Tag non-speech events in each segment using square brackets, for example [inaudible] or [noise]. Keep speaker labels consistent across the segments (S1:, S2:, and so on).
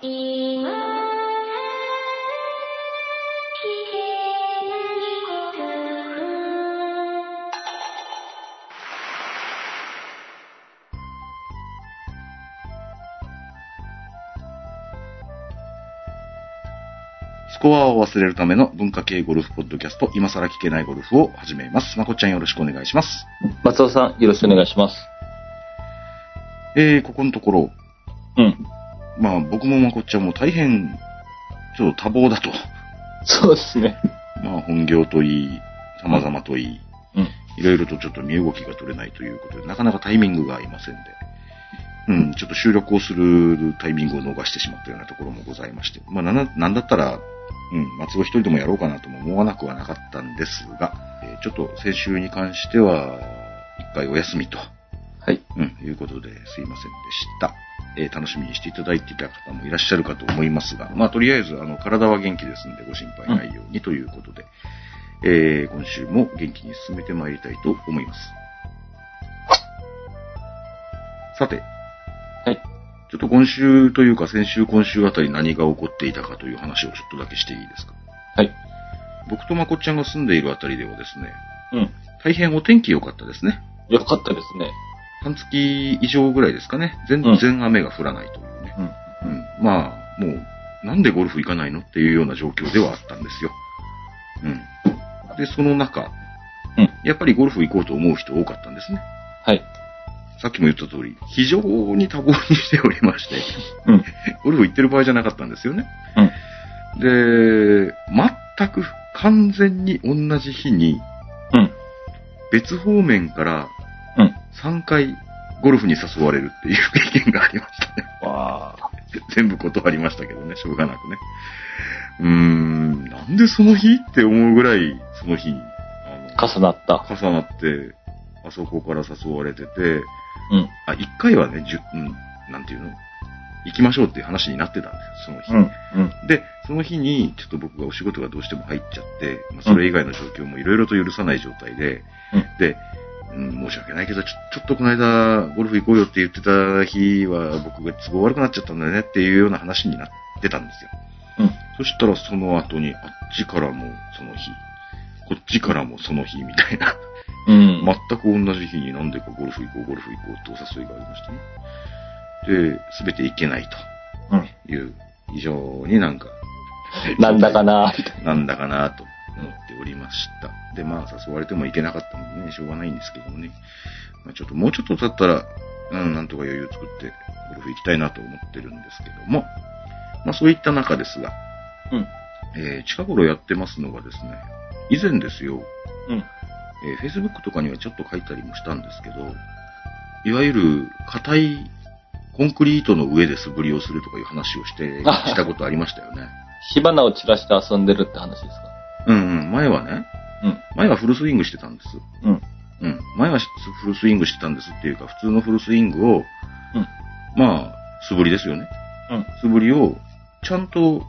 S1: 今は聞けないこと
S2: スコアを忘れるための文化系ゴルフポッドキャスト、今更聞けないゴルフを始めます。まこっちゃんよろしくお願いします。
S3: 松尾さん、よろしくお願いします。
S2: えー、ここのところ、
S3: うん。
S2: まあ僕もまこっちゃんも大変、ちょっと多忙だと。
S3: そうですね。
S2: まあ本業といい、様々といい、
S3: うん。
S2: いろいろとちょっと身動きが取れないということで、なかなかタイミングが合いませんで、うん、ちょっと収録をするタイミングを逃してしまったようなところもございまして、まあ、なんなんだったら、うん、松尾一人でもやろうかなとも思わなくはなかったんですが、えーちょっと先週に関しては、一回お休みと、
S3: はい。
S2: うん、いうことですいませんでした。えー楽しみにしていただいていた方もいらっしゃるかと思いますが、まあ、とりあえず、あの、体は元気ですんで、ご心配ないようにということで、えー今週も元気に進めてまいりたいと思います。さて、
S3: はい。
S2: ちょっと今週というか、先週、今週あたり何が起こっていたかという話をちょっとだけしていいですか。
S3: はい。
S2: 僕とまこっちゃんが住んでいるあたりではですね、
S3: うん。
S2: 大変お天気良かったですね。
S3: よかったですね。
S2: 半月以上ぐらいですかね。全
S3: うん
S2: 然雨が降らないというね。うん。まあ、もう、なんでゴルフ行かないのっていうような状況ではあったんですよ。うん。で、その中、
S3: うん
S2: やっぱりゴルフ行こうと思う人多かったんですね。
S3: はい。
S2: さっきも言った通り、非常に多忙にしておりまして、 [laughs]
S3: うん。
S2: ゴルフ行ってる場合じゃなかったんですよね。
S3: うん。
S2: で、全く完全に同じ日に、
S3: うん。
S2: 別方面から
S3: うん。
S2: 3回ゴルフに誘われるっていう経験がありましたね。
S3: わあ。
S2: [laughs] 全部断りましたけどね、しょうがなくね。うーん、なんでその日って思うぐらい、その日に、あ
S3: 重なった。
S2: の重なって、あそこから誘われてて、
S3: うん。
S2: あ、一回はね、じゅ、うん、なんていうの行きましょうっていう話になってたんですよ、その日。
S3: うん。うん。
S2: で、その日に、ちょっと僕がお仕事がどうしても入っちゃって、まあ、それ以外の状況もいろいろと許さない状態で、
S3: うん
S2: で、うん、申し訳ないけど、ちょちょっとこの間、ゴルフ行こうよって言ってた日は、僕が都合悪くなっちゃったんだよねっていうような話になってたんですよ。
S3: うん
S2: そしたらその後に、あっちからもその日、こっちからもその日みたいな、
S3: うん。
S2: 全く同じ日になんでかゴルフ行こう、ゴルフ行こうとお誘いがありましたね。で、すべて行けないと。
S3: うん。
S2: いう、非常になんか、
S3: [laughs] なんだかなみたい
S2: なんだかなと思っておりました。で、まあ、誘われてもいけなかったのでね、しょうがないんですけどもね。まあ、ちょっともうちょっと経ったら、うん、なんとか余裕作って、ゴルフ行きたいなと思ってるんですけども、まあ、そういった中ですが、
S3: うん。
S2: えー近頃やってますのがですね、以前ですよ、
S3: うん。
S2: えー Facebook とかにはちょっと書いたりもしたんですけど、いわゆる硬いコンクリートの上で素振りをするとかいう話を
S3: [laughs]
S2: して、したことありましたよね。
S3: 火花を散らして遊んでるって話ですか
S2: うんうん、前はね、
S3: うん。
S2: 前はフルスイングしてたんです。
S3: うん。
S2: うん。前はフルスイングしてたんですっていうか、普通のフルスイングを、
S3: うん
S2: まあ、素振りですよね。
S3: うん。
S2: 素振りを、ちゃんと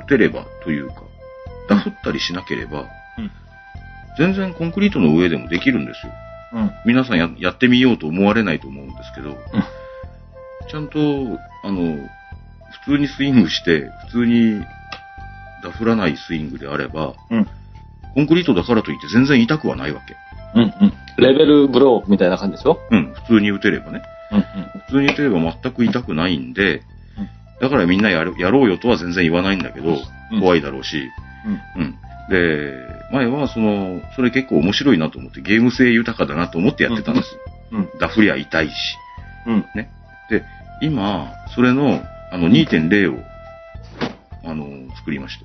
S2: 打てればというか、ダフったりしなければ、
S3: うん
S2: 全然コンクリートの上でもできるんですよ。
S3: うん。
S2: 皆さんややってみようと思われないと思うんですけど、
S3: うん
S2: ちゃんと、あの、普通にスイングして、普通にダフらないスイングであれば、
S3: うん。
S2: コンクリートだからといって全然痛くはないわけ。
S3: うん。うん。レベルブローみたいな感じでしょ
S2: うん、普通に打てればね。
S3: うん。
S2: 普通に打てれば全く痛くないんで、だからみんなやるやろうよとは全然言わないんだけど、
S3: うん
S2: 怖いだろうし、
S3: うん。
S2: うん。で、前はその、それ結構面白いなと思って、ゲーム性豊かだなと思ってやってたんです。
S3: うん。
S2: ダフりゃ痛いし。
S3: うん。
S2: 今、それの、あの、2.0を、あの、作りまし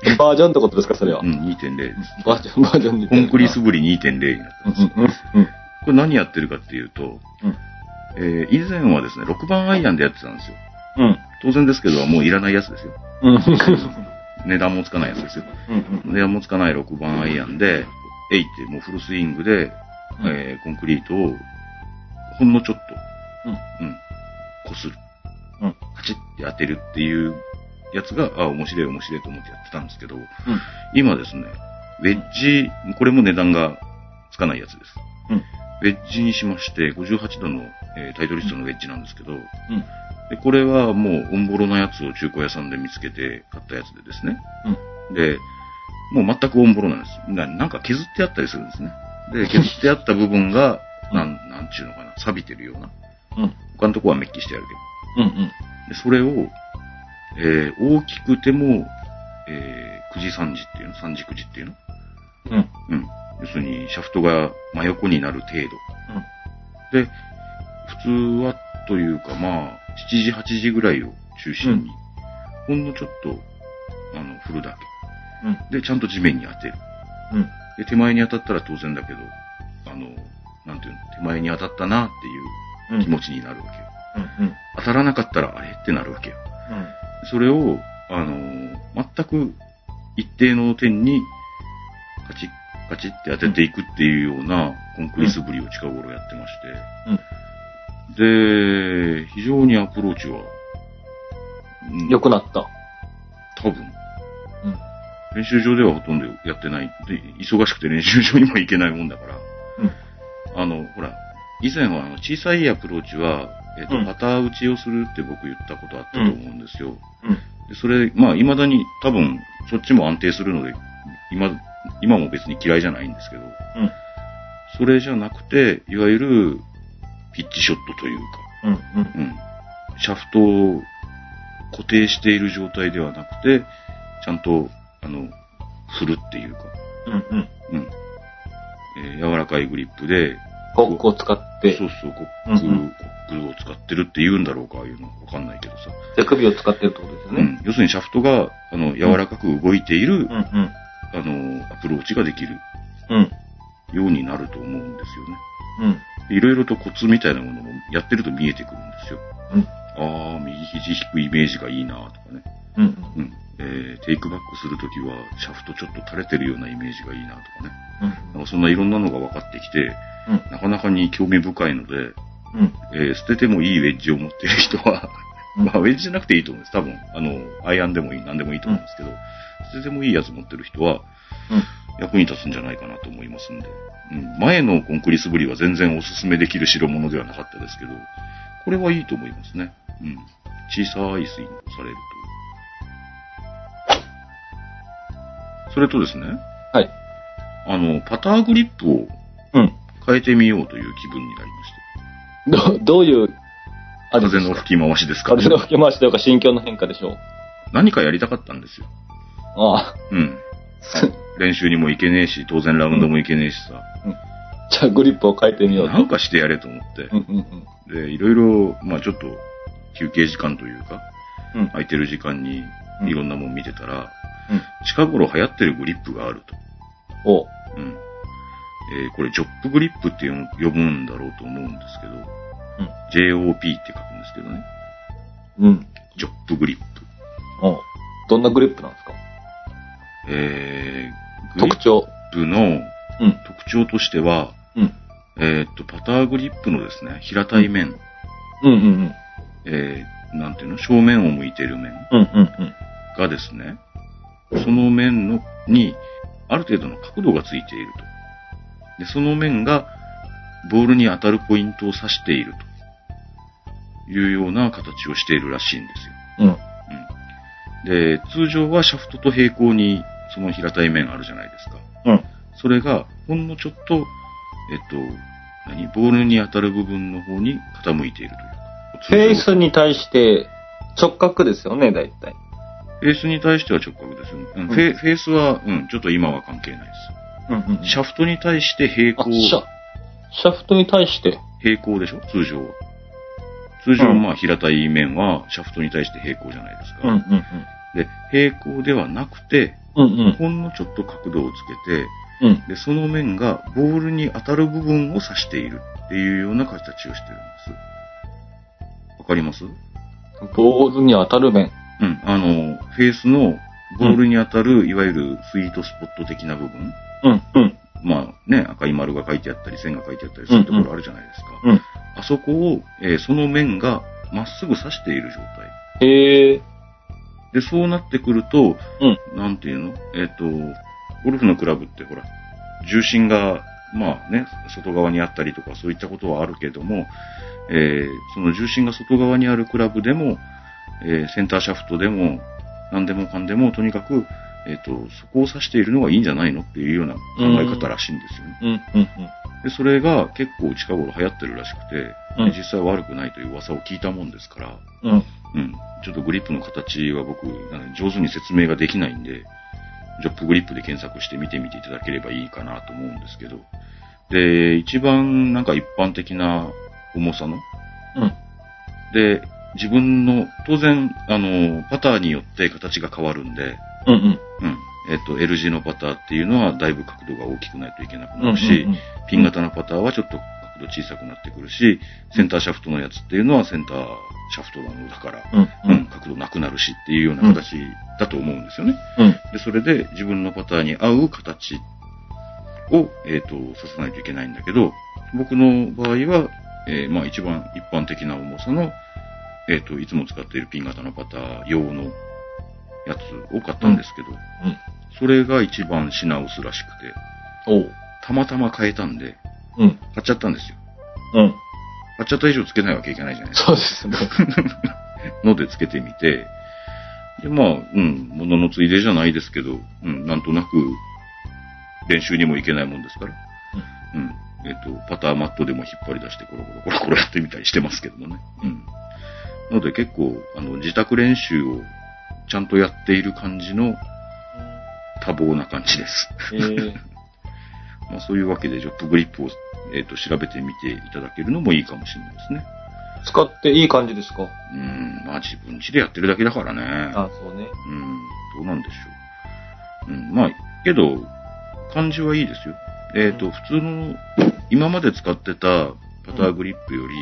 S2: て。
S3: うん。バージョンってことですかそれは
S2: う。ん、2.0です。
S3: バージョン、バージョンに。
S2: コンクリ素振り2.0になった
S3: うんん
S2: です。こ
S3: うん。うん。
S2: れ何やってるかっていうと、
S3: うん
S2: えー以前はですね、6番アイアンでやってたんですよ。
S3: うん。
S2: 当然ですけど、もういらないやつですよ。
S3: うん。
S2: 値段もつかないやつですよ。
S3: うん。
S2: 値段もつかない6番アイアンで、えいってもうフルスイングで、
S3: うん
S2: えーコンクリートを、ほんのちょっと、
S3: うん。
S2: うん、こする。
S3: うん
S2: カチッって当てるっていうやつが、あ、面白い面白いと思ってやってたんですけど、
S3: うん。
S2: 今ですね、ウェッジ、これも値段がつかないやつです。
S3: うん
S2: ウェッジにしまして、58度の、えータイトリストのウェッジなんですけど、
S3: うん。
S2: で、これはもう、オンボロのやつを中古屋さんで見つけて買ったやつでですね。で、もう全くオンボロなんです。ななんか削ってあったりするんですね。で、削ってあった部分が、なん、なんちゅうのかな、錆びてるような。
S3: うん。
S2: 他のとこはメッキしてあるけど。
S3: うん。
S2: で、それを、えー大きくても、えー、くじ三時っていうの三時くじっていうの
S3: うん。うん。
S2: うん。要するに、シャフトが真横になる程度。で、普通はというか、まあ、7時、8時ぐらいを中心に、ほんのちょっと、あの、振るだ
S3: うん。
S2: け。で、ちゃんと地面に当てる。
S3: うん。
S2: で、手前に当たったら当然だけど、あの、なんていうの、手前に当たったなって
S3: う。
S2: いうん気持ちになるわけよ。
S3: うん。
S2: 当たらなかったら、あれってなるわけよ。
S3: うん。
S2: それを、あのー全く一定の点に、カチッ、カチッって当てていくっていうようなコンクリ素振りを近頃やってまして。で、非常にアプローチは、うん
S3: 良くなった。
S2: 多分。
S3: うん。
S2: 練習場ではほとんどやってない。で、忙しくて練習場にも行けないもんだから。
S3: うん
S2: あの、ほら、以前はあの小さいアプローチは、えっ、と、
S3: うん
S2: パター打ちをするって僕言ったことあったと思うんですよ。
S3: うん。
S2: でそれ、まあ、未だに多分、そっちも安定するので、今、今も別に嫌いじゃないんですけど、
S3: うん。
S2: それじゃなくて、いわゆる、ピッチショットというか、
S3: うん。うん。
S2: うん。シャフトを固定している状態ではなくて、ちゃんと、あの、振るっていうか、
S3: うん。うん。
S2: うん。えー柔らかいグリップで、
S3: コックを使って
S2: そ、うそう、コ
S3: うん
S2: ック、
S3: うん
S2: コックを使ってるって言うんだろうか、ああいうの。わかんないけどさ。
S3: 手首を使ってるってことですよ
S2: う
S3: ね。
S2: ん。要するにシャフトが、あの、柔らかく動いている、
S3: うん。うん。
S2: あの、アプローチができる
S3: うん。
S2: ようになると思うんですよね。
S3: うん。
S2: いろいろとコツみたいなものもやってると見えてくるんですよ。
S3: うん
S2: ああ、右肘引くイメージがいいなとかね。
S3: うん。
S2: うん。えーテイクバックするときは、シャフトちょっと垂れてるようなイメージがいいなとかね。なんかそんないろんなのが分かってきて、
S3: うん
S2: なかなかに興味深いので、
S3: うん。
S2: えー捨ててもいいウェッジを持ってる人は、
S3: うん
S2: まあ、ウェッジじゃなくていいと思うんです。多分、あの、アイアンでもいい、何でもいいと思うんですけど、捨ててもいいやつ持ってる人は、
S3: うん
S2: 役に立つんじゃないかなと思いますんで。うん、前のコンクリ素振りは全然おすすめできる代物ではなかったですけど、これはいいと思いますね。うん。小さいスイングをされると。それとですね、
S3: はい。
S2: あの、パターグリップを
S3: うん。
S2: 変えてみようという気分になりまして。
S3: ど、どういう、あれで
S2: 風
S3: す
S2: の
S3: か
S2: 吹き回しですか
S3: 風の吹き回しというか心境の変化でしょう。
S2: 何かやりたかったんですよ。
S3: ああ。
S2: うん。練習にも行けねえし、当然ラウンドも行けねえしさ、
S3: じゃあグリップを変えてみようと。
S2: なんかしてやれと思って
S3: う、んうんうん。
S2: で、いろいろ、まあちょっと、休憩時間というか、
S3: うん
S2: 空いてる時間に
S3: うん
S2: いろんなもん見てたら、
S3: うん
S2: 近頃流行ってるグリップがあると。
S3: おう。
S2: うん。えーこれ、ジョップグリップって呼ぶ呼ぶんだろうと思うんですけど、JOP って書くんですけどね、
S3: うん。
S2: ジョップグリップ。
S3: おうどんなグリップなんですか
S2: えー、グリ
S3: 特
S2: ッ
S3: 徴。
S2: プの
S3: うん。
S2: 特徴としては、
S3: うん。
S2: えーっと、パターグリップのですね、平たい面、
S3: うんうん
S2: えー、なんていうの、正面を向いている面
S3: うん。うんうん
S2: がですね、その面のに、ある程度の角度がついていると。で、その面が、ボールに当たるポイントを指しているというような形をしているらしいんですよ。
S3: うん。うん。
S2: で、通常はシャフトと平行にその平たい面あるじゃないですか。
S3: うん。
S2: それが、ほんのちょっと、えっと、何ボールに当たる部分の方に傾いている
S3: フ
S2: と
S3: ェ
S2: いうか。通
S3: イ
S2: 常
S3: スに対して直角ですよね、大体。
S2: フェイスに対しては直角ですよね。うん
S3: ん
S2: フェフェイスは、うん、ちょっと今は関係ないで
S3: うんうん
S2: す。シャフトに対して平
S3: あ、
S2: 行、
S3: シャ、シャフトに対して。
S2: 平行でしょ通常は。通常、
S3: うん
S2: まあ、平たい面は、シャフトに対して平行じゃないですか。
S3: ん
S2: で、平行ではなくて、
S3: うん。うんうん。
S2: ほんのちょっと角度をつけて、
S3: うん。
S2: で、その面がボールに当たる部分を指しているっていうような形をしてるんです。わかりますう
S3: ボールに当たる面。
S2: ん。あの、フェースのボールに当たる、いわゆるスイートスポット的な部分。
S3: うんうん。
S2: まあね、赤い丸が書いてあったり、線が書いてあったりするところあるじゃないですか。
S3: うんうん
S2: あそこを、えーその面がまっすぐ指している状態。
S3: へえ。
S2: で、そうなってくると、
S3: うん
S2: なんていうのえっ、と、ゴルフのクラブってほら、重心がまあね、外側にあったりとかそういったことはあるけども、えーその重心が外側にあるクラブでも、えーセンターシャフトでも、何でもかんでも、とにかく、えっ、と、そこを指しているのがいいんじゃないのっていうような考え方らしいんですよね。
S3: うん、うん、
S2: で、それが結構近頃流行ってるらしくて、
S3: うん
S2: 実際悪くないという噂を聞いたもんですから、
S3: うん。うん。
S2: うん。ちょっとグリップの形は僕、なんか上手に説明ができないんで、ジョップグリップで検索して見てみていただければいいかなと思うんですけど、で、一番なんか一般的な重さの、
S3: うん。
S2: で、自分の、当然、あの、パターによって形が変わるんで、
S3: うん、うん。
S2: うん。えっと、L 字のパターっていうのはだいぶ角度が大きくないといけなく
S3: うん、う
S2: なるし、
S3: ん。
S2: ピン型のパターはちょっと角度小さくなってくるし、センターシャフトのやつっていうのはセンターシャフトなのだから、
S3: うん、う
S2: うん、
S3: ん。
S2: 角度なくなるしっていうような形だと思うんですよね。
S3: うん。
S2: で、それで自分のパターンに合う形を、えっ、と、させないといけないんだけど、僕の場合は、えーまあ一番一般的な重さの、えっ、と、いつも使っているピン型のパター用のやつを買ったんですけど、
S3: うん
S2: それが一番品薄らしくて、
S3: おう。
S2: たまたま買えたんで、
S3: うん、
S2: 買っちゃったんですよ。
S3: うん。
S2: 買っちゃった以上つけないわけいけないじゃないですか。
S3: そうですね。
S2: のでつけてみて、で、まあ、うん、もののついでじゃないですけど、うん、なんとなく、練習にも行けないもんですから、うん、えっ、と、パターマットでも引っ張り出して、コロコロコロコロやってみたりしてますけどもね。うん。ので結構、あの、自宅練習をちゃんとやっている感じの多忙な感じです。 [laughs]
S3: えー、
S2: まあそういうわけで、ジョップグリップを、えっ、と、調べてみていただけるのもいいかもしれないですね。
S3: 使っていい感じですか
S2: うん、まあ自分家でやってるだけだからね。
S3: あ、そうね。
S2: うん、どうなんでしょう。うん、まあ、けど、感じはいいですよ。えっ、と、
S3: うん
S2: 普通の、今まで使ってたパターグリップより、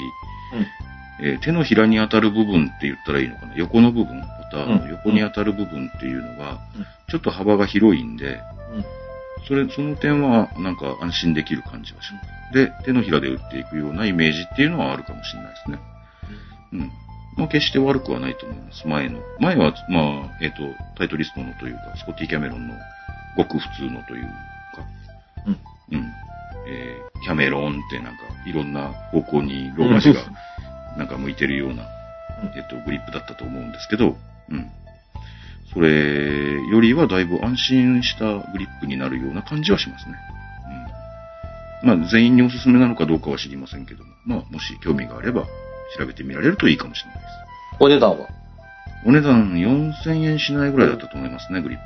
S2: えー手のひらに当たる部分って言ったらいいのかな。横の部分、パターの横に当たる部分っていうのが
S3: うん、
S2: ちょっと幅が広いんで、
S3: うん。うん。
S2: それ、その点は、なんか安心できる感じはします。で、手のひらで打っていくようなイメージっていうのはあるかもしれないですね。うん。まあ、決して悪くはないと思います。前の。前は、まあ、えっ、と、タイトリストのというか、スコッティ・キャメロンのごく普通のというか、うん。えーキャメロンってなんか、いろんな方向にローマ字が、なんか向いてるような、えっ、と、グリップだったと思うんですけど、うん。それよりはだいぶ安心したグリップになるような感じはしますね。うん。まあ、全員におすすめなのかどうかは知りませんけども、まあ、もし興味があれば、調べてみられるといいかもしれないです。
S3: お値段は
S2: お値段4000円しないぐらいだったと思いますね、グリッ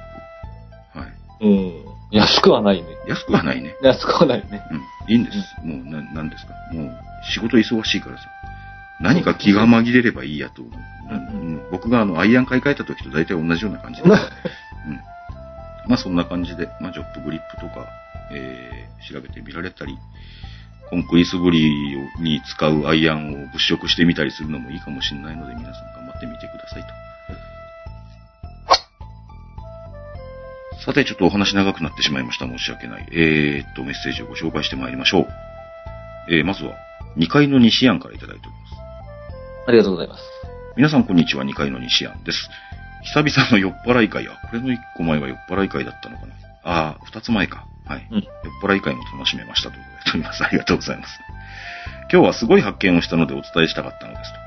S2: プ。はい。
S3: うん。安くはないね。
S2: 安くはないね。
S3: 安くはない [laughs] ね。
S2: うん。いいんです。もう、な、なんですか。もう、仕事忙しいからさ。何か気が紛れればいいやと思う。
S3: うん
S2: うん僕があの、アイアン買い替えた時と大体同じような感じで。うん。まあ、そんな感じで、まあ、ジョップグリップとか、えー、調べてみられたり、コンクリ素振りをに使うアイアンを物色してみたりするのもいいかもしれないので、皆さん頑張ってみてくださいと。さて、ちょっとお話長くなってしまいました。申し訳ない。えー、っと、メッセージをご紹介してまいりましょう。えー、まずは、2階の西庵からいただいております。
S3: ありがとうございます。
S2: 皆さんこんにちは、2階の西庵です。久々の酔っ払い会や、これの1個前は酔っ払い会だったのかな。ああ、2つ前か。はい。
S3: う
S2: 酔
S3: ん
S2: っ払い会も楽しめましたということで、 [laughs] とります。ありがとうございます。今日はすごい発見をしたのでお伝えしたかったのですと。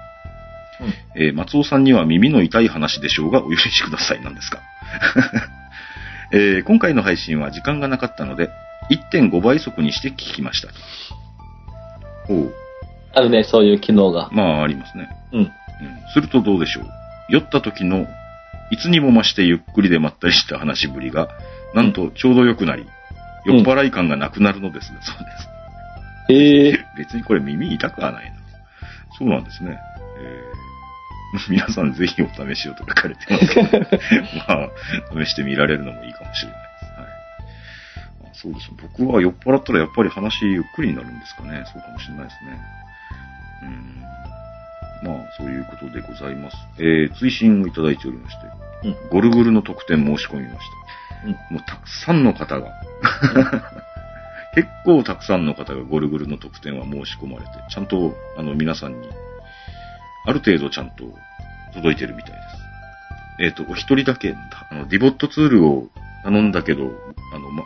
S2: えー松尾さんには耳の痛い話でしょうが、お許しくださいなんですか。 [laughs] えー今回の配信は時間がなかったので、1.5倍速にして聞きましたと。おう
S3: あるね、そういう機能が。
S2: まあありますね。
S3: うん。
S2: うんするとどうでしょう。酔った時の、いつにも増してゆっくりでまったりした話しぶりが、なんとちょうど良くなり、
S3: うん
S2: 酔っ払い感がなくなるのです、そうです。
S3: へえ。
S2: 別にこれ耳痛くはないな。そうなんですね。えー [laughs] 皆さんぜひお試しをと書かれてます
S3: [laughs]
S2: けど、まあ、試してみられるのもいいかもしれないです。はい。あそうですね。僕は酔っ払ったらやっぱり話ゆっくりになるんですかね。そうかもしれないですね。うん。まあ、そういうことでございます。えー、追伸をいただいておりまして、
S3: うん
S2: ゴルグルの特典申し込みました。もうたくさんの方
S3: [laughs]
S2: が、結構たくさんの方がゴルグルの特典は申し込まれて、ちゃんと、あの、皆さんに、ある程度ちゃんと届いてるみたいです。えっ、と、お一人だけ、あの、ディボットツールを頼んだけど、あの、ま、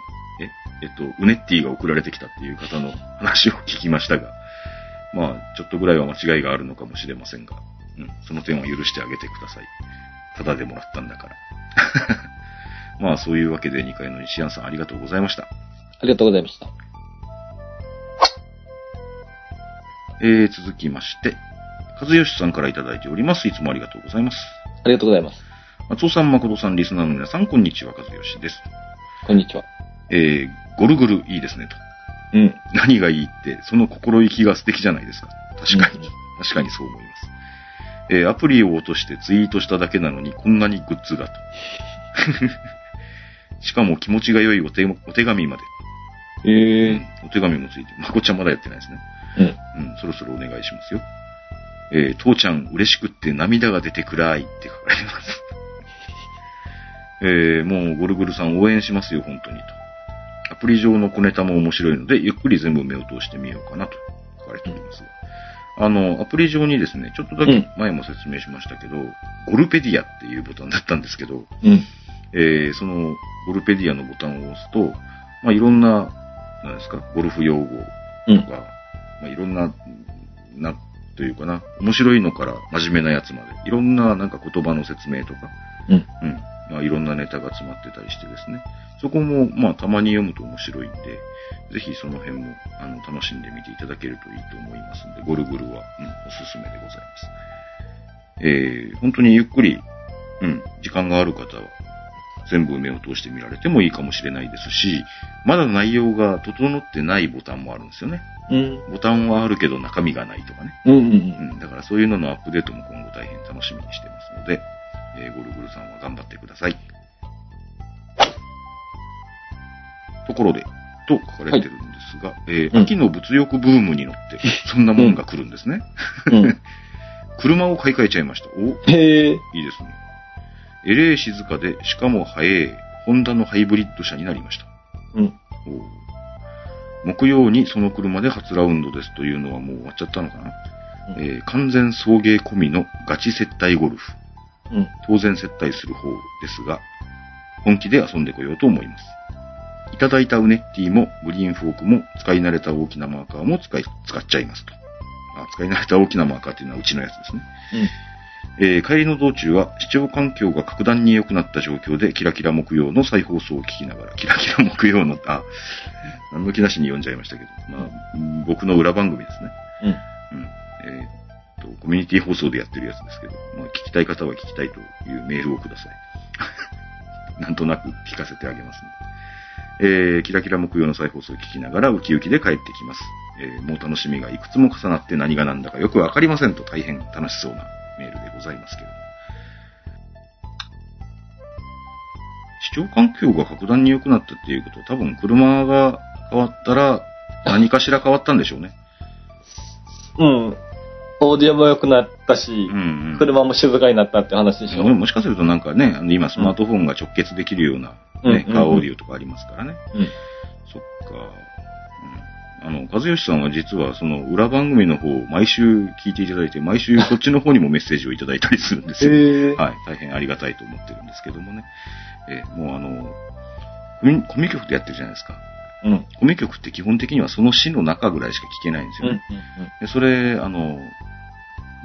S2: ええっと、ウネッティが送られてきたっていう方の話を聞きましたが、まあ、ちょっとぐらいは間違いがあるのかもしれませんが、うん、その点は許してあげてください。ただでもらったんだから。 [laughs] まあ、そういうわけで2階の石庵さんありがとうございました。
S3: ありがとうございました。
S2: えー、続きまして、和義さんからいただいております。いつもありがとうございます。
S3: ありがとうございます。
S2: 松尾さん、誠さん、リスナーの皆さん、こんにちは、和義です。
S3: こんにちは。
S2: えー、ゴルゴルいいですね、と。
S3: うん。
S2: 何がいいって、その心意気が素敵じゃないですか。確かに。
S3: うん
S2: 確かにそう思います。えーアプリを落としてツイートしただけなのにこんなにグッズがと。 [laughs] しかも気持ちが良いお手お手紙まで、
S3: え
S2: うんお手紙もついて、まこちゃんまだやってないですね。
S3: うん。
S2: うん、そろそろお願いしますよ。えー父ちゃん嬉しくって涙が出てくらいって書かれてます。 [laughs] えーもうゴルゴルさん応援しますよ、本当にと。アプリ上の小ネタも面白いので、ゆっくり全部目を通してみようかなと書かれております。あの、アプリ上にですね、ちょっとだけ前も説明しましたけど、ゴルペディアっていうボタンだったんですけど、
S3: うん。
S2: えーそのゴルペディアのボタンを押すと、まあ、いろんな、なんですか、ゴルフ用語
S3: うん
S2: とか、まあ、いろんな、な、というかな、面白いのから真面目なやつまで、いろんななんか言葉の説明とか、
S3: うん。
S2: うん。まあ、いろんなネタが詰まってたりしてですね。そこも、まあ、たまに読むと面白いんで、ぜひその辺も、あの、楽しんでみていただけるといいと思いますんで、ゴルゴルは、うん、おすすめでございます。えー、本当にゆっくり、うん、時間がある方は、全部目を通して見られてもいいかもしれないですし、まだ内容が整ってないボタンもあるんですよね。
S3: うん。
S2: ボタンはあるけど中身がないとかね。
S3: うん。う。
S2: うんん、だからそういうののアップデートも今後大変楽しみにしてますので、えーゴルゴルさんは頑張ってください。ところで、と書かれてるんですが、えー
S3: うん
S2: 秋の物欲ブームに乗って、そんなもんが来るん
S3: [laughs]
S2: ですね。
S3: うん。
S2: 車を買い替えちゃいました。お、いいで
S3: へえ。
S2: すね。えれえ静かで、しかも早い、ホンダのハイブリッド車になりました。
S3: うん。
S2: おう木曜にその車で初ラウンドですというのはもう終わっちゃったのかな、
S3: うん
S2: えー完全送迎込みのガチ接待ゴルフ。
S3: うん。
S2: 当然接待する方ですが、本気で遊んでこようと思います。いただいたウネッティもグリーンフォークも使い慣れた大きなマーカーも使い、使っちゃいますと。あ使い慣れた大きなマーカーっていうのはうちのやつですね。えー帰りの道中は視聴環境が格段に良くなった状況でキラキラ木曜の再放送を聞きながら、キラキラ木曜の、あ、何の気なしに読んじゃいましたけど、まあ、僕の裏番組ですね。
S3: うん。
S2: うん。えーっと、コミュニティ放送でやってるやつですけど、まあ、聞きたい方は聞きたいというメールをください。 [laughs] なんとなく聞かせてあげますので。えー、キラキラ木曜の再放送を聞きながらウキウキで帰ってきます。えーもう楽しみがいくつも重なって何が何だかよくわかりませんと大変楽しそうなメールでございますけれども。視聴環境が格段に良くなったっていうことは多分車が変わったら何かしら変わったんでしょうね。
S3: うん。オーディオも良くなったし
S2: う、ん、うん。
S3: 車も静かになったって話でしょ。
S2: もしかするとなんかね、あの今スマートフォンが直結できるような、ね
S3: うん
S2: カーオーディオとかありますからね。
S3: うん。
S2: そっか。うんあの、和義さんは実はその裏番組の方を毎週聞いていただいて、毎週こっちの方にもメッセージをいただいたりするんですよ。
S3: [laughs] へえ。
S2: はい、大変ありがたいと思ってるんですけどもね。えーもうあの、コミコミ局でやってるじゃないですか。
S3: うん。うん。
S2: コミ局って基本的にはその市の中ぐらいしか聞けないんですよね。で、それ、あの、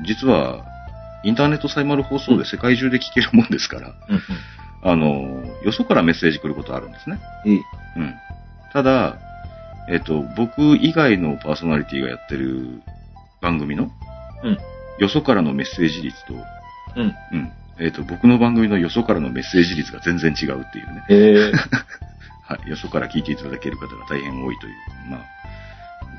S2: 実は、インターネットサイマル放送で世界中で聞けるもんですから、
S3: うん。
S2: あの、よそからメッセージ来ることあるんですね。
S3: うん。
S2: うん。ただ、えっと、僕以外のパーソナリティがやってる番組の、
S3: うん
S2: よそからのメッセージ率と、
S3: うん。
S2: うん。えっと、僕の番組のよそからのメッセージ率が全然違うっていうね。
S3: へえ。
S2: はい。よそから聞いていただける方が大変多いという。まあ、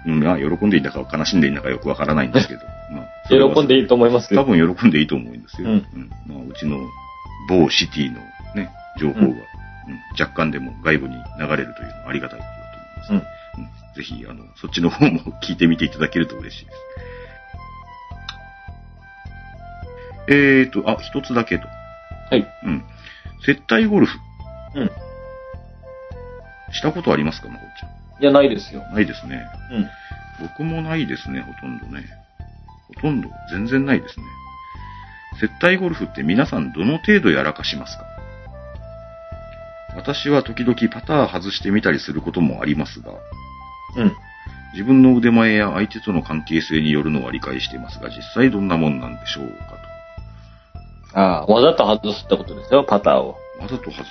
S2: うん、まあ、喜んでいいんだか悲しんでいいんだかよくわからないんですけど。まあ、それは
S3: 喜んでいいと思いますけ
S2: 多
S3: ど。
S2: 分喜んでいいと思うんですよ。う
S3: うんん
S2: まあ、うちの某シティのね、情報が、
S3: う
S2: うんん若干でも外部に流れるというのはありがたいことだと思います。うんぜひ、あの、そっちの方も [laughs] 聞いてみていただけると嬉しいです。えーと、あ、一つだけと。
S3: はい。
S2: うん。接待ゴルフ。
S3: うん。
S2: したことありますか、まこっちゃ
S3: いや、ないですよ。
S2: ん。ないですね。
S3: うん。
S2: 僕もないですね、ほとんどね。ほとんど、全然ないですね。接待ゴルフって皆さんどの程度やらかしますか私は時々パター外してみたりすることもありますが、
S3: うん。
S2: 自分の腕前や相手との関係性によるのは理解していますが、実際どんなもんなんでしょうか
S3: ああ、わざと外すってことですよ、パターを。
S2: と。わざと外す。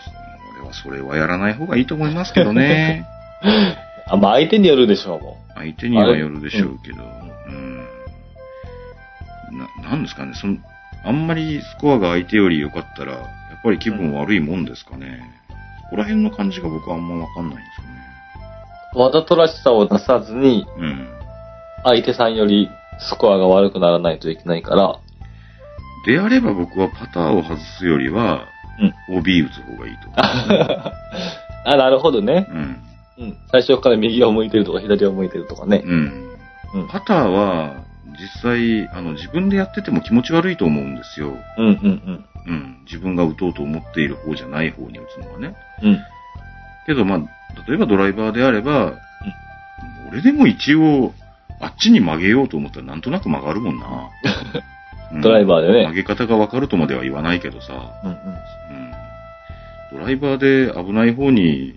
S2: 俺はそれはやらない方がいいと思いますけどね。
S3: あ、まあ相手によるでしょう、も
S2: 相手にはよるでしょうけど、うん。な、なんですかね、その、あんまりスコアが相手より良かったら、やっぱり気分悪いもんですかね。そこら辺の感じが僕はあんまわかんないんですよね。
S3: う。わざとらしさを出さずに、
S2: うん。
S3: 相手さんよりスコアが悪くならないといけないから、
S2: であれば僕はパターを外すよりは、OB 打つ方がいいと思
S3: あ、なるほどね。
S2: う。うん。
S3: うん。最初から右を向いてるとか左を向いてるとかね。
S2: うん
S3: うん。
S2: パターは、実際、あの、自分でやってても気持ち悪いと思うんですよ。
S3: うんうん
S2: うん。自分が打とうと思っている方じゃない方に打つのはね。
S3: うん。うん。
S2: けど、まあ、例えばドライバーであれば、俺でも一応、あっちに曲げようと思ったらなんとなく曲がるもん
S3: [laughs]
S2: な。うん
S3: ドライバーで
S2: 曲
S3: ね。
S2: げ方がわかるとまでは言わないけどさ、
S3: うん
S2: うん。ドライバーで危ない方に、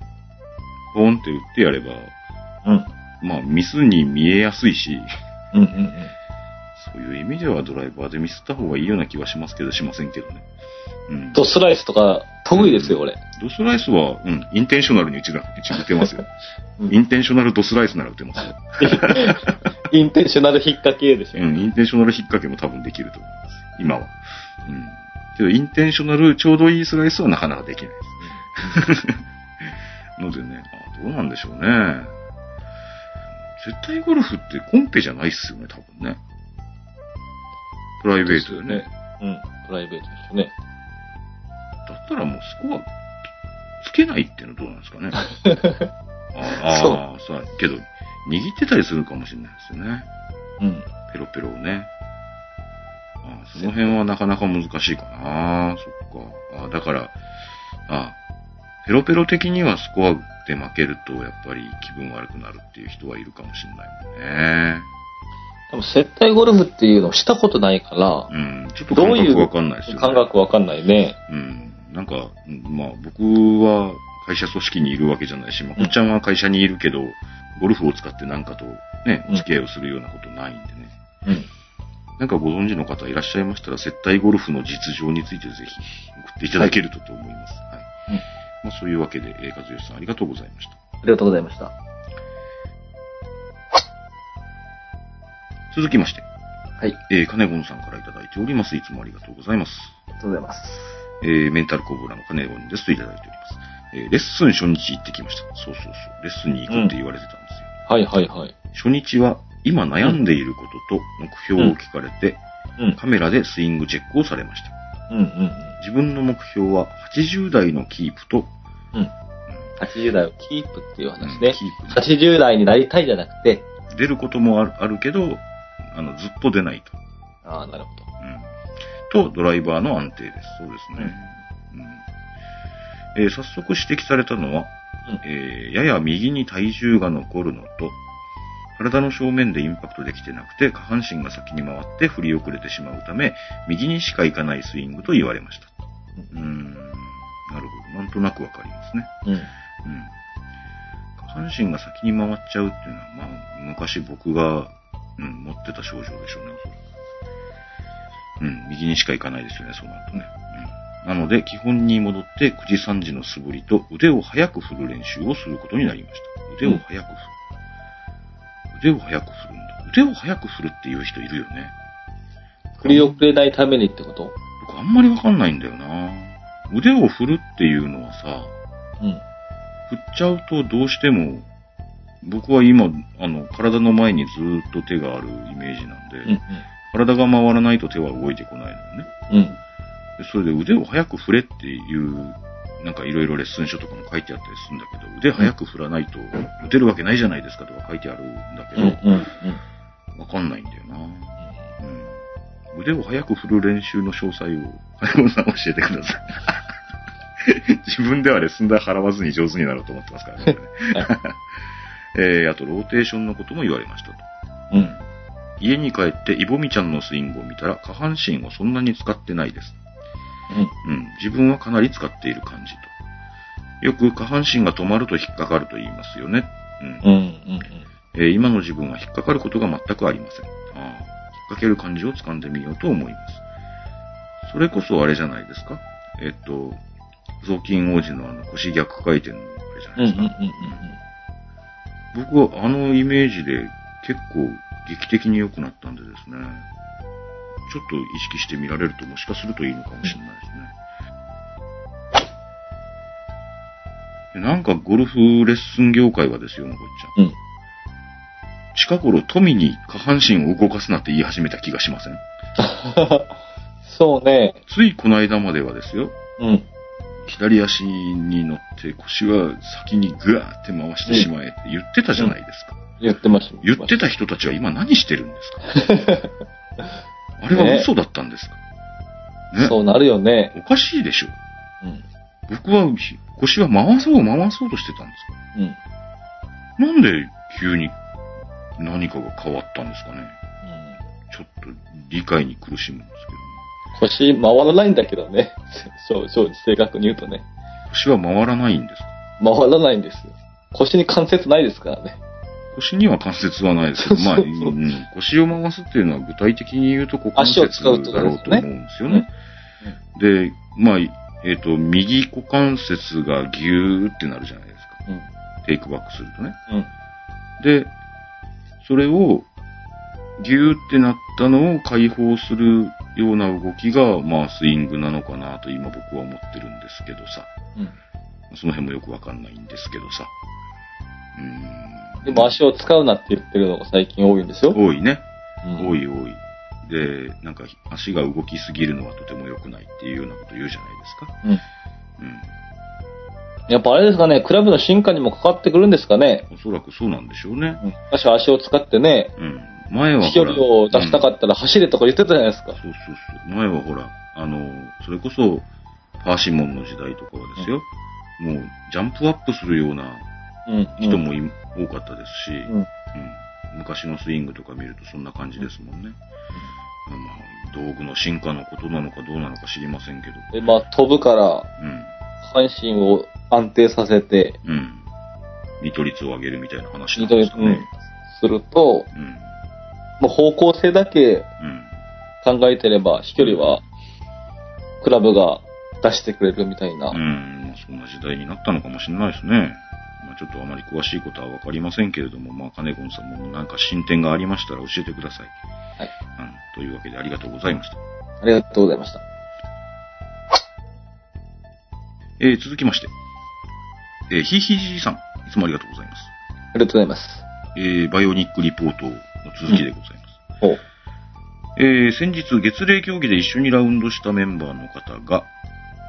S2: ポンって打ってやれば、
S3: うん。うん。
S2: まあ、ミスに見えやすいし、
S3: うんうんうん。
S2: そういう意味ではドライバーでミスった方がいいような気はしますけど、しませんけどね。うん。
S3: ドスライスとか得意ですよ、俺。
S2: ドスライスは、うん、インテンショナルに打ちな打ち打てますよ。
S3: [laughs] うん
S2: インテンショナルドスライスなら打てますよ。
S3: インテンショナル引っ掛けでしょ。
S2: うん、インテンショナル引っ掛けも多分できると思います。今は。うん。けど、インテンショナルちょうどいいスライスはなかなかできないです。のでね、あどうなんでしょうね。絶対ゴルフってコンペじゃないっすよね、多分ね。プライベートでね。
S3: うん。プライベートですよね。
S2: だったらもうスコアつけないっていうのはどうなんですかね。 [laughs] ああ、そう。けど、握ってたりするかもしれないですよね。
S3: うん。
S2: ペロペロをね。ああその辺はなかなか難しいかな。そっか。ああだから、ああペロペロ的にはスコアで負けると、やっぱり気分悪くなるっていう人はいるかもしれない
S3: でも接待ゴルフっていうのをしたことないから、
S2: もんね。うん。ちょっと感覚わかんないですよ、ね。
S3: 感覚わかんないね。
S2: うん。なんか、うんまあ僕は会社組織にいるわけじゃないし、まあ、
S3: う
S2: こ
S3: ん
S2: っちゃんは会社にいるけど、ゴルフを使ってなんかとね、
S3: うん
S2: お付き合いをするようなことないんでね。
S3: うん。
S2: なんかご存知の方いらっしゃいましたら、接待ゴルフの実情についてぜひ送っていただけるとと思います。はい。
S3: うん
S2: まあそういうわけで、えー和義さんありがとうございました。
S3: ありがとうございました。
S2: 続きまして、
S3: はい。あ
S2: えー、金ンさんからいただいております。いつもありがとうございます。
S3: りがとうございます。
S2: えーメンタルコブラの金子ですといただいております。えーレッスン初日行ってきました。そうそうそう。レッスンに行くって言われてたんですよ。
S3: はいはいはい。
S2: 初日は今悩んでいることと目標を聞かれて、
S3: うん。
S2: カメラでスイングチェックをされました。
S3: うんうん
S2: 自分の目標は80代のキープと、
S3: うん。うん。80代をキープっていう話ね。
S2: キープ
S3: 80代になりたいじゃなくて、
S2: 出ることもあるあるけど、あの、ずっと出ないと。
S3: ああ、なるほど。
S2: うん。と、ドライバーの安定です。そうですね。うんえー早速指摘されたのは、
S3: う
S2: えーやや右に体重が残るのと、体の正面でインパクトできてなくて、下半身が先に回って振り遅れてしまうため、右にしか行かないスイングと言われました。うーん。なるほど。なんとなくわかりますね。
S3: うん。
S2: うん。下半身が先に回っちゃうっていうのは、まあ、昔僕が、うん、持ってた症状でしょうね、おそらく。うん、右にしか行かないですよね、そうなるとね。うん。なので、基本に戻って、9時3時の素振りと腕を早く振る練習をすることになりました。腕を早く振る。腕を早く振るんだ。腕を早く振るっていう人いるよね。
S3: 振り遅れないためにってこと
S2: 僕あんまりわかんないんだよな腕を振るっていうのはさ、
S3: うん。
S2: 振っちゃうとどうしても、僕は今、あの、体の前にずーっと手があるイメージなんで、
S3: うん
S2: 体が回らないと手は動いてこないのよね。
S3: うん。うん。
S2: でそれで腕を早く振れっていう、なんかいろいろレッスン書とかも書いてあったりするんだけど、腕早く振らないと打てるわけないじゃないですかとか書いてあるんだけ
S3: う
S2: ど
S3: ん。、うん。
S2: わかんないんだよな、うん、腕を早く振る練習の詳細を、金子さん教えてください。 [laughs] 自分ではレッスン代払わずに上手になろうと思ってますからね。 [laughs] えー、あと、ローテーションのことも言われましたと。
S3: うん。うん。
S2: 家に帰って、イボミちゃんのスイングを見たら、下半身をそんなに使ってないです。うん、自分はかなり使っている感じと。よく下半身が止まると引っかかると言いますよね。うん
S3: うん、うん、
S2: えー今の自分は引っかかることが全くありません。ああ引っ掛ける感じを掴んでみようと思います。それこそあれじゃないですか。えっと、雑巾王子のあの腰逆回転のあれじゃ
S3: う、
S2: なん
S3: うん、う
S2: いで
S3: ん
S2: すか。僕はあのイメージで結構劇的に良くなったんでですね、ちょっと意識して見られるともしかするといいのかもしれないですね。でなんかゴルフレッスン業界はですよ、のこっちゃん。
S3: うん、うん。
S2: 近頃富に下半身を動かすなって言い始めた気がしません
S3: そうね。
S2: ついこの間まではですよ、
S3: うん。
S2: 左足に乗って腰は先にグワーって回してしまえって言ってたじゃないですか。
S3: 言ってました。
S2: 言って
S3: た。
S2: た人たちは今何してるんですか
S3: [laughs]
S2: あれは嘘だったんですかね
S3: そうなるよね。
S2: おかしいでしょ
S3: うん。
S2: 僕はひ腰は回そう回そうとしてたんです
S3: うん。うん
S2: かなんで急に何かが変わったんですかねちょっと理解に苦しむんですけど
S3: 腰回らないんだけどね。そう、そう、正確に言うとね。
S2: 腰は回らないんですか
S3: 回らないんですよ。腰に関節ないですからね。
S2: 腰には関節はないですけど、まあ、
S3: [laughs] そううそうん
S2: 腰を回すっていうのは具体的に言うと股関
S3: 足を
S2: 節
S3: 使うってこ
S2: だ
S3: と
S2: ろ
S3: で
S2: う
S3: す
S2: と
S3: ね
S2: 思うんですよね。で、まあ、えっ、と、右股関節がギューってなるじゃないですか。
S3: うん。
S2: テイクバックするとね。
S3: うん。
S2: で、それをギューってなったのを解放するような動きが、まあ、スイングなのかなと今僕は思ってるんですけどさ。その辺もよくわかんないんですけどさ。うーん。
S3: でも足を使うなって言ってるのが最近多いんですよ。
S2: 多いね。
S3: うん
S2: 多い多い。で、なんか足が動きすぎるのはとても良くないっていうようなこと言うじゃないですか。
S3: やっぱあれですかね、クラブの進化にも関わってくるんですかね。
S2: うん。おそらくそうなんでしょうね。
S3: 昔は足を使ってね、
S2: うん。前は
S3: 飛
S2: ほ
S3: 距
S2: ら。
S3: 離を出したかったら走れとか言ってたじゃないです
S2: うん
S3: か。
S2: そうそうそう。前はほら、あの、それこそ、パーシモンの時代とかはですよ、もう、ジャンプアップするような
S3: うん。
S2: 人もい、多かったですし、
S3: うん
S2: うん昔のスイングとか見るとそんな感じですもんね。まあ、道具の進化のことなのかどうなのか知りませんけど。
S3: で、まあ飛ぶから、
S2: うん。
S3: 半身を安定させて、
S2: うん。見取り図を上げるみたいな話な
S3: 二
S2: ん
S3: 度
S2: で
S3: に
S2: すかね。
S3: すると、
S2: うん。うん。
S3: もう方向性だけ考えてれば、飛距離は、クラブが出してくれるみたいな。
S2: うん。まあ、そんな時代になったのかもしれないですね。まあ、ちょっとあまり詳しいことはわかりませんけれども、まあ、カネゴンさんもなんか進展がありましたら教えてください。
S3: はい。
S2: うん。というわけでありがとうございました。
S3: ありがとうございました。
S2: えー、続きまして。えー、ひいひいじいさん、いつもありがとうございます。
S3: ありがとうございます。
S2: えー、バイオニックリポートの続きでございます。
S3: おう。
S2: えー先日、月例競技で一緒にラウンドしたメンバーの方が、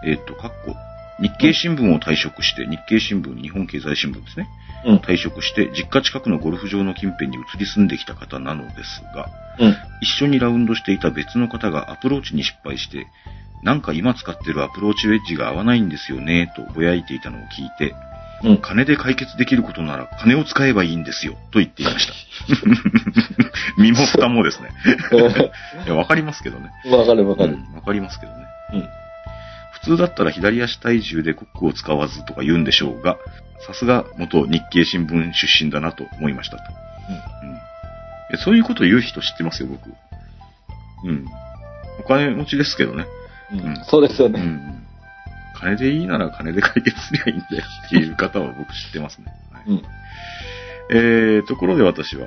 S2: えっ、と、かっこ、日経新聞を退職して、日経新聞、日本経済新聞ですね。
S3: うん。
S2: 退職して、実家近くのゴルフ場の近辺に移り住んできた方なのですが、
S3: うん。
S2: 一緒にラウンドしていた別の方がアプローチに失敗して、なんか今使ってるアプローチウェッジが合わないんですよね、とぼやいていたのを聞いて、
S3: うん。 [laughs]
S2: 金で解決できることなら金を使えばいいんですよ、と言っていま
S3: [laughs]
S2: した。身も蓋もですね。いや、わかりますけどね。
S3: わかるわか
S2: う
S3: る。
S2: んわかりますけどね。
S3: うん。
S2: 普通だったら左足体重でコックを使わずとか言うんでしょうが、さすが元日経新聞出身だなと思いましたと。うんえそういうこと言う人知ってますよ、僕。うん。お金持ちですけどね。
S3: うん
S2: うん
S3: そうですよ
S2: うんう
S3: ね。
S2: ん。金でいいなら金で解決すりゃいいん
S3: [laughs]
S2: だよっていう方は僕知ってますね。はい
S3: うん。
S2: えー、ところで私は、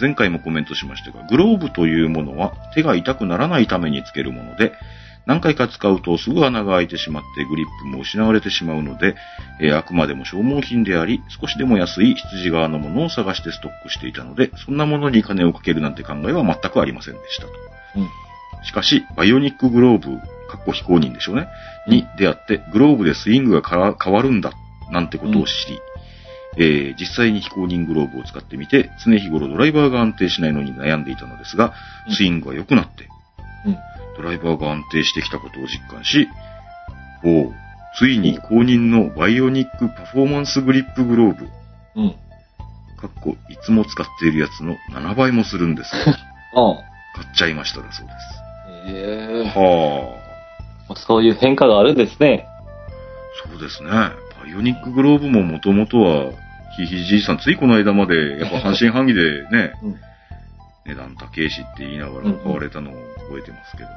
S2: 前回もコメントしましたが、グローブというものは手が痛くならないためにつけるもので、何回か使うとすぐ穴が開いてしまってグリップも失われてしまうので、えーあくまでも消耗品であり、少しでも安い羊側のものを探してストックしていたので、そんなものに金をかけるなんて考えは全くありませんでしたと。
S3: うん
S2: しかし、バイオニックグローブ、かっこ非公認でしょうね、に出会って、グローブでスイングがから変わるんだ、なんてことを知り、えー実際に非公認グローブを使ってみて、常日頃ドライバーが安定しないのに悩んでいたのですが、
S3: うん
S2: スイングが良くなって、
S3: うん
S2: ドライバーが安定してきたことを実感し、おうついに公認のバイオニックパフォーマンスグリップグローブ、
S3: うん。
S2: かっこいつも使っているやつの7倍もするん
S3: [laughs]
S2: です。
S3: うん。
S2: 買っちゃいましただそうで
S3: ええ
S2: す。はあ。
S3: そういう変化があるんですね。
S2: そうですね。バイオニックグローブももともとは、ひいひいじいさん、ついこの間まで、やっぱ半信半疑でね
S3: [laughs] 、うん
S2: 値段高えしって言いなが
S3: うんう
S2: ら
S3: ん
S2: 買われたのを覚えてますけど。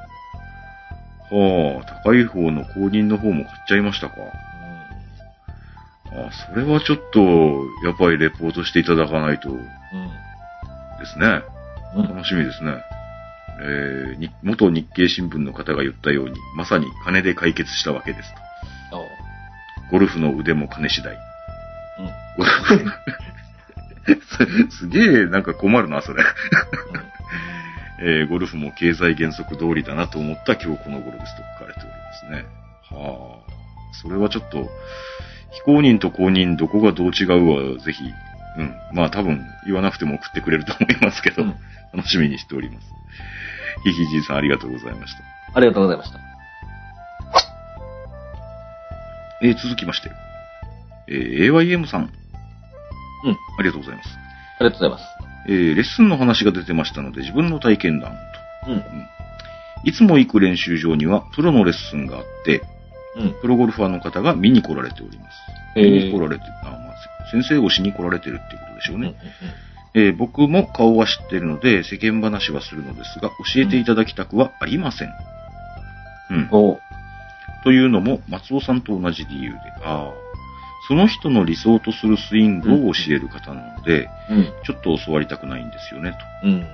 S2: はあ、高い方の公認の方も買っちゃいましたか。あそれはちょっと、やっぱりレポートしていただかないとで
S3: う
S2: すね。
S3: ん。うん。うん。
S2: 楽しみですね。えーに元日経新聞の方が言ったように、まさに金で解決したわけですと。
S3: あ
S2: ゴルフの腕も金次第。
S3: うん
S2: ゴルフ [laughs] すすげえなんか困るな、それ、えーゴルフも経済原則通りだなと思った今日この頃ですと書かれておりますね。はあ。それはちょっと、非公認と公認どこがどう違うはぜひ、うん。まあ多分言わなくても送ってくれると思いますけど、
S3: うん
S2: 楽しみにしております。ひひじいさんありがとうございました。
S3: ありがとうございました。
S2: えー続きまして、えー AYM さん。
S3: うん。
S2: ありがとうございます。
S3: ありがとうございます。
S2: えーレッスンの話が出てましたので、自分の体験談と。
S3: うん。
S2: いつも行く練習場にはプロのレッスンがあって、
S3: うん。
S2: プロゴルファーの方が見に来られております。
S3: え
S2: 見に来
S3: ー
S2: られて、あまあ、先生をしに来られてるっていうことでしょう
S3: うん。う
S2: ね
S3: ん。
S2: えー僕も顔は知ってるので、世間話はするのですが、教えていただきたくはありません。うん。
S3: おう。
S2: というのも、松尾さんと同じ理由で、ああ、その人の理想とするスイングを教える方なので、
S3: うん。
S2: ちょっと教わりたくないんですよね、と。
S3: うん。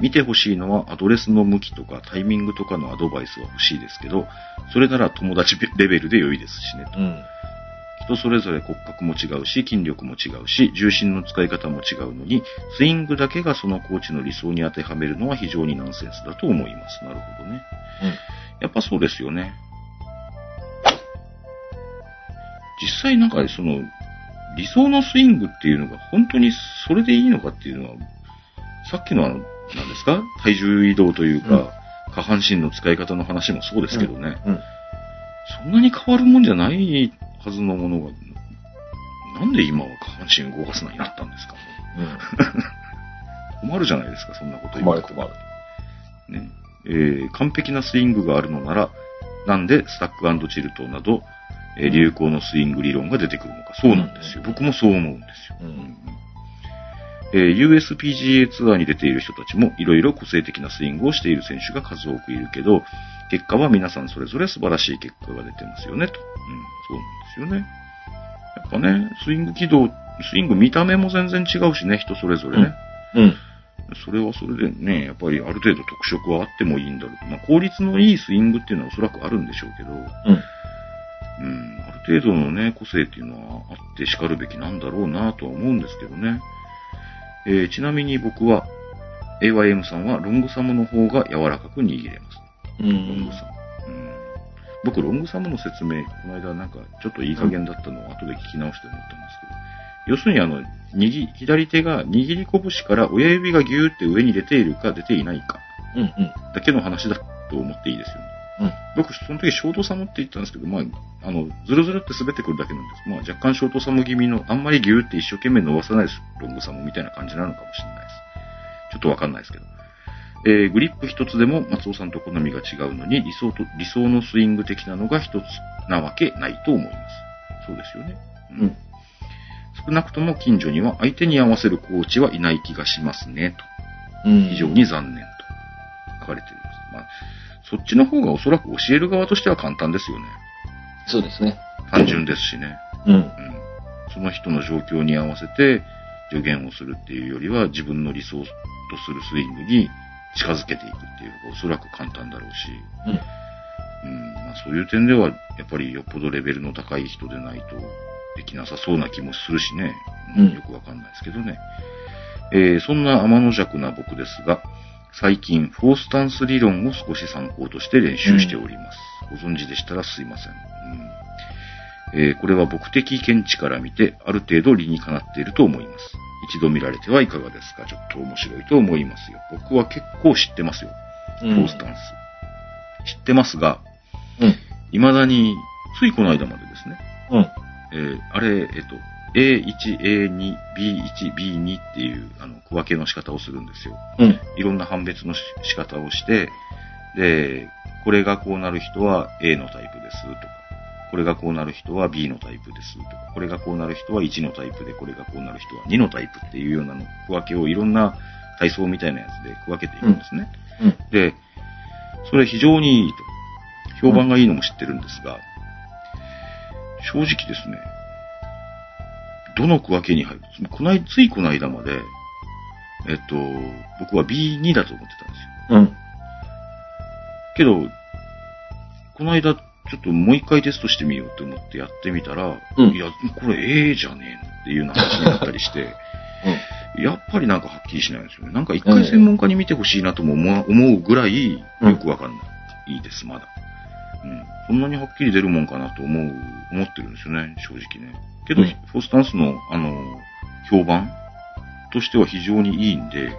S2: 見てほしいのはアドレスの向きとかタイミングとかのアドバイスは欲しいですけど、それなら友達レベルで良いですしねと。
S3: [laughs] うん。
S2: 人それぞれ骨格も違うし、筋力も違うし、重心の使い方も違うのに、スイングだけがそのコーチの理想に当てはめるのは非常にナンセンスだと思います。なるほどね。やっぱそうですよね。実際なんかその、理想のスイングっていうのが本当にそれでいいのかっていうのは、さっきのあの、なんですか体重移動というか、下半身の使い方の話もそうですけどね。
S3: うん。
S2: そんなに変わるもんじゃないはずのものが、なんで今は下半身動かすようになったんですか
S3: うん。
S2: 困るじゃないですか、そんなこと言
S3: 困
S2: う
S3: る
S2: と。
S3: 困る。
S2: ねえー完璧なスイングがあるのなら、なんでスタックチルトなど、えー流行のスイング理論が出てくるのか。そうなんですよ。
S3: うん
S2: 僕もそう思うんですよ。
S3: うん
S2: えー USPGA ツアーに出ている人たちもいろいろ個性的なスイングをしている選手が数多くいるけど、結果は皆さんそれぞれ素晴らしい結果が出てますよね、と。うん、そうなんですよね。やっぱね、スイング軌道、スイング見た目も全然違うしね、人それぞれね。
S3: うんうん。
S2: それはそれでね、やっぱりある程度特色はあってもいいんだろうと。まあ、効率のいいスイングっていうのはおそらくあるんでしょうけど、う
S3: うん。
S2: ん、ある程度のね、個性っていうのはあって叱るべきなんだろうなとは思うんですけどね。えーちなみに僕は、AYM さんはロングサムの方が柔らかく握れます。
S3: う
S2: ロン
S3: ん
S2: グサム。うん、僕、ロングサムの説明、この間なんかちょっといい加減だったのを後で聞き直して思ったんですけど、要するにあの、右、左手が握り拳から親指がギューって上に出ているか出ていないか
S3: うん。うん。
S2: だけの話だと思っていいですよね。
S3: うん
S2: 僕、その時、ショートサムって言ったんですけど、まあ、あの、ズルズルって滑ってくるだけなんです。まあ、若干ショートサム気味の、あんまりギューって一生懸命伸ばさないロングサムみたいな感じなのかもしれないです。ちょっとわかんないですけど。えー、グリップ一つでも松尾さんと好みが違うのに、理想と、理想のスイング的なのが一つなわけないと思います。そうですよね。
S3: うん。
S2: 少なくとも近所には相手に合わせるコーチはいない気がしますね、と。
S3: うん。
S2: 非常。に残念と書かれています。まあ、そっちの方がおそらく教える側としては簡単ですよね。
S3: そうですね。
S2: 単純ですしね。
S3: うん。
S2: うん。その人の状況に合わせて助言をするっていうよりは自分の理想とするスイングに近づけていくっていう方がおそらく簡単だろうし、
S3: うん。
S2: うん。まあそういう点ではやっぱりよっぽどレベルの高い人でないとできなさそうな気もするしね。
S3: うん
S2: よくわかんないですけどね。えーそんな天の弱な僕ですが、最近、フォースタンス理論を少し参考として練習しております。ご存知でしたらすいません。うんえーこれは僕的見地から見て、ある程度理にかなっていると思います。一度見られてはいかがですかちょっと面白いと思いますよ。僕は結構知ってますよ。フォースタンス。知ってますが、
S3: うん。
S2: 未だに、ついこの間までですね。
S3: うん。
S2: えーあれ、えっと、A1、A2、B1、B2 っていうあの区分けの仕方をするんですよ。
S3: うん。
S2: いろんな判別のし仕方をして、で、これがこうなる人は A のタイプですとか、ここれがこうなる人は B のタイプですとか、これがこうなる人は1のタイプで、これがこうなる人は2のタイプっていうようなの区分けをいろんな体操みたいなやつで区分けていくんですね。
S3: うん
S2: で、それ非常にいいと。評判がいいのも知ってるんですが、正直ですね、どの区分けに入るこないついこの間まで、えっと、僕は B2 だと思ってたんですよ。
S3: うん。
S2: けど、この間、ちょっともう一回テストしてみようと思ってやってみたら、
S3: うん
S2: いや、これ A じゃねえのっていうような話になったり [laughs] して、やっぱりなんかはっきりしないんですよね。なんか一回専門家に見てほしいなとも思う思うぐらい、よ
S3: うん
S2: くわかんない。いいです、まだ。うん。そんなにはっきり出るもんかなと思う、思ってるんですよね、正直ね。けど、
S3: うん
S2: フォースタンスの、あの、評判としては非常にいいんで、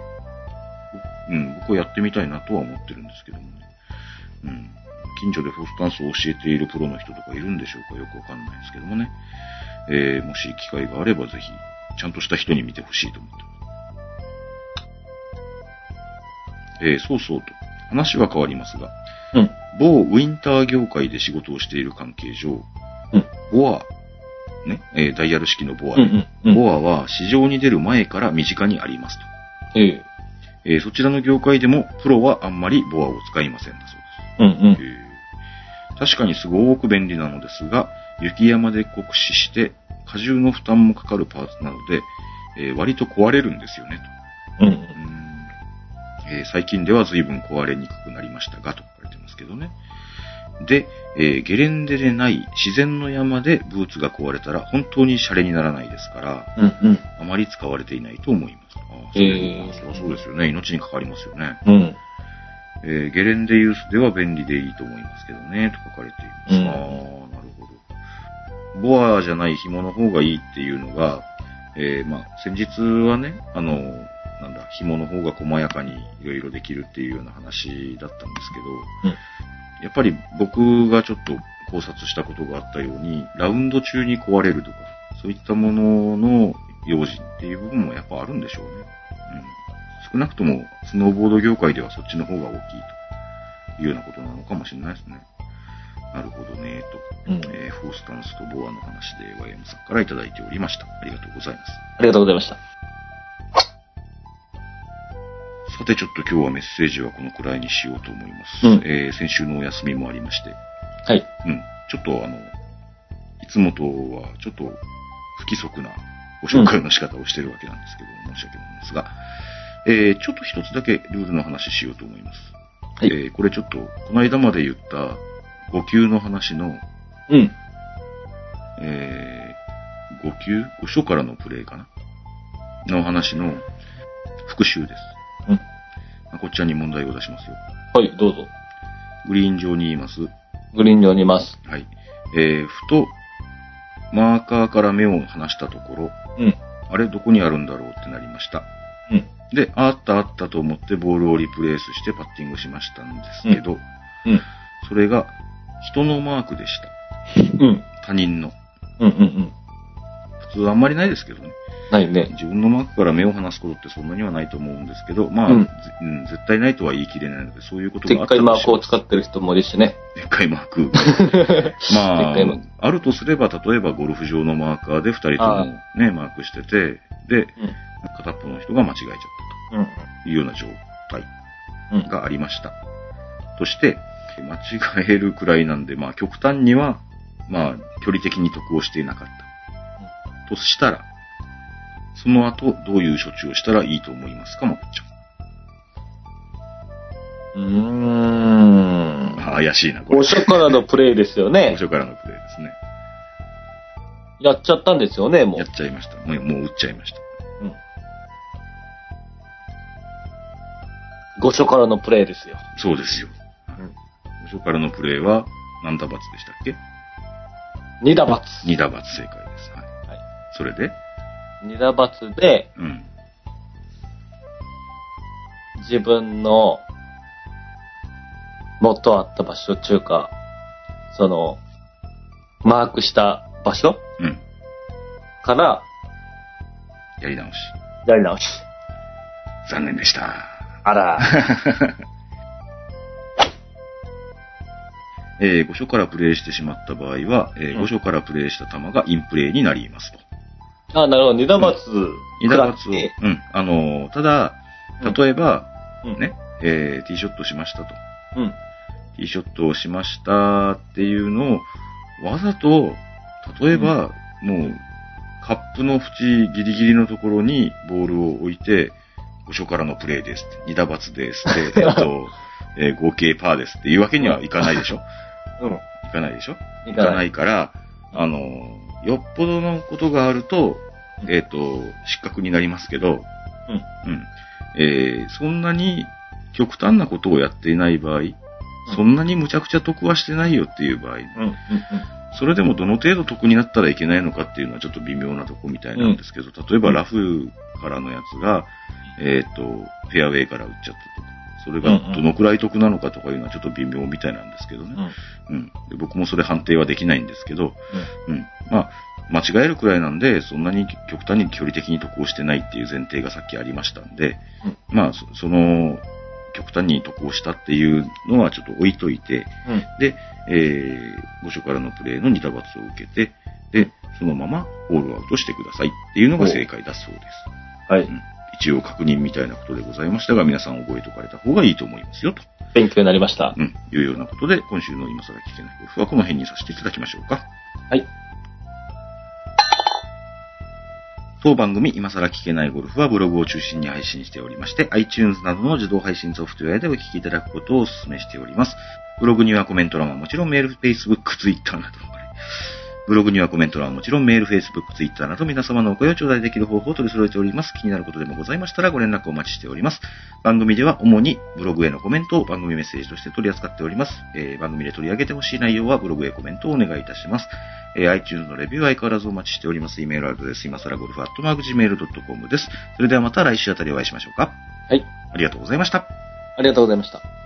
S2: うん、僕はやってみたいなとは思ってるんですけどもね。うん。近所でフォースタンスを教えているプロの人とかいるんでしょうかよくわかんないんですけどもね。えー、もし機会があればぜひ、ちゃんとした人に見てほしいと思ってます。えー、そうそうと。話は変わりますが、
S3: うん。
S2: 某ウィンター業界で仕事をしている関係上、
S3: うん
S2: ボア、ね、えーダイヤル式のボア、
S3: うん。うん。うん。
S2: ボアは市場に出る前から身近にありますと。
S3: ええ。
S2: えーそちらの業界でもプロはあんまりボアを使いませんだそうです。
S3: うん。うん。
S2: えー確かにすごく便利なのですが、雪山で酷使して、荷重の負担もかかるパーツなので、えー割と壊れるんですよね、
S3: うん
S2: と。う。ーんえー最近では随分壊れにくくなりましたが、と書かれてますけどね。で、えーゲレンデでない自然の山でブーツが壊れたら本当にシャレにならないですから、
S3: うん。うん。
S2: あまり使われていないと思います。あーそ
S3: えー
S2: うそりゃそうですよね。命にかかりますよね。
S3: うん。
S2: えーゲレンデユースでは便利でいいと思いますけどね、と書かれています。
S3: うん
S2: ああ、なるほど。ボアじゃない紐の方がいいっていうのが、えーまあ、先日はね、あの、なんだ、紐の方が細やかにいろいろできるっていうような話だったんですけど、
S3: うん
S2: やっぱり僕がちょっと考察したことがあったように、ラウンド中に壊れるとか、そういったものの用心っていう部分もやっぱあるんでしょうね。うん少なくともスノーボード業界ではそっちの方が大きいというようなことなのかもしれないですね。なるほどね、と。
S3: うん。
S2: えーフォースタンスとボアの話で YM さんからいただいておりました。ありがとうございま
S3: ありがとうございました。
S2: す。さてちょっと今日はメッセージはこのくらいにしようと思います。
S3: うん
S2: えー先週のお休みもありまして、
S3: はい。
S2: うん、ちょっとあの、いつもとはちょっと不規則なご紹介の仕方をしてるわけなんですけど、申し訳ないんですが、えーちょっと一つだけルールの話しようと思います。
S3: はい
S2: えーこれちょっと、この間まで言った5級の話の、
S3: うん。
S2: え5級 ?5 所からのプレイかなの話の復習です。
S3: うん
S2: まあこっちらに問題を出しますよ。
S3: はい、どうぞ。
S2: グリーン上にいます。
S3: グリーン上にいます。
S2: はい。えーふと、マーカーから目を離したところ、
S3: うん。
S2: あれどこにあるんだろうってなりました。
S3: うん。
S2: で、あったあったと思ってボールをリプレイスしてパッティングしましたんですけど、
S3: うん。
S2: それが人のマークでし
S3: うん。
S2: た。他人の。
S3: うん。うん。うん。
S2: 普通はあんまりないですけどね。
S3: ないね。
S2: 自分のマークから目を離すことってそんなにはないと思うんですけど、まあ、
S3: うん
S2: ぜうん絶対ないとは言い切れないので、そういうこと
S3: で
S2: があ
S3: っ
S2: った
S3: かいマークを
S2: とし
S3: 使ってる人もいるしね。
S2: でっかいマー
S3: [laughs]
S2: ク。
S3: で
S2: ま
S3: っ
S2: あ
S3: かいマーク、
S2: あるとすれば、例えばゴルフ場のマーカーで二人とも
S3: あ
S2: ね、マークしてて、で、
S3: うん。
S2: 片っぽの人が間違えちゃった
S3: うん。
S2: というような状態
S3: うん。
S2: がありました。そして、間違えるくらいなんで、まあ、極端には、まあ、距離的に得をしていなかった。としたら、その後、どういう処置をしたらいいと思いますか、まこっちゃん。
S3: うーん。
S2: あ怪しいな、これ。
S3: 五所からのプレイですよね
S2: 五。所からのプレイですね。
S3: やっちゃったんですよね、もう
S2: や。っちゃいました。もう、もう打っちゃいました。
S3: うん。五所からのプレイですよ。
S2: そうですよ。
S3: うん
S2: 五所からのプレイは、何打罰でしたっけ
S3: 二打罰。
S2: 二打罰正解です。はい。
S3: はい
S2: それで、
S3: 二打罰で、
S2: うん。
S3: 自分の、元あった場所、中華、その、マークした場所
S2: うん。
S3: から、
S2: やり直し。
S3: やり直し。
S2: 残念で
S3: [laughs]
S2: した。
S3: あら。
S2: えー5所からプレイしてしまった場合は、え
S3: うん
S2: 5所からプレイした球がインプレイになりますと。
S3: あ、なるほど。二段罰。
S2: 二打罰を、
S3: 食らって
S2: うん、あのーただ、
S3: うん
S2: 例えば、
S3: うん
S2: ね、えー、ティーショットしましたと。
S3: うん。
S2: ティーショットをしましたっていうのを、わざと、例えば、もう、カップの縁ギリギリのところにボールを置いて、5所からのプレイですって、2打罰ですって、えっと、えー合計パーですっていうわけにはいかないでしょい
S3: うん。
S2: かないでしょ
S3: い。
S2: いかないいから、あの、よっぽどのことがあると、
S3: うん
S2: えっ、と、失格になりますけど、うん。えーそんなに極端なことをやっていない場合、そんなにむちゃくちゃ得はしてないよっていう場合、
S3: うん。うん。
S2: それでもどの程度得になったらいけないのかっていうのはちょっと微妙なとこみたいなんですけど、例えばラフからのやつが、えっ、と、フェアウェイから打っちゃったとか、それがどのくらい得なのかとかいうのはちょっと微妙みたいなんですけどね。
S3: うん。うん。
S2: うん、で僕もそれ判定はできないんですけど、うんまあ、間違えるくらいなんで、そんなに極端に距離的に得をしてないっていう前提がさっきありましたんで、
S3: うん
S2: まあ、そその、極端に得をしたっていうのはちょっと置いといて、
S3: うん。
S2: で、えー、5所からのプレーの二打罰を受けて、で、そのままホールアウトしてくださいっていうのが正解だそうです。
S3: はい。
S2: 一応確認みたいなことでございましたが、皆さん覚えておかれた方がいいと思いますよ、と、
S3: 勉強になりました。
S2: うん、いうようなことで、今週の今更聞けないゴルフはこの辺にさせていただきましょうか。
S3: はい。
S2: 当番組今更聞けないゴルフはブログを中心に配信しておりまして、iTunes などの自動配信ソフトウェアでお聞きいただくことをお勧めしております。ブログにはコメント欄はもちろんメール、Facebook、Twitter などもありブログにはコメント欄はもちろんメール、Facebook、Twitter など皆様のお声を頂戴できる方法を取り揃えております。気になることでもございましたらご連絡お待ちしております。番組では主にブログへのコメントを番組メッセージとして取り扱っております。えー番組で取り上げてほしい内容はブログへコメントをお願いいたします。えー iTunes のレビューは相変わらずお待ちしております。イメールアドレス、今更ゴルフアットマーク Gmail.com です。それではまた来週あたりお会いしましょうか。
S3: はい。
S2: ありがとうございました。
S3: ありがとうございました。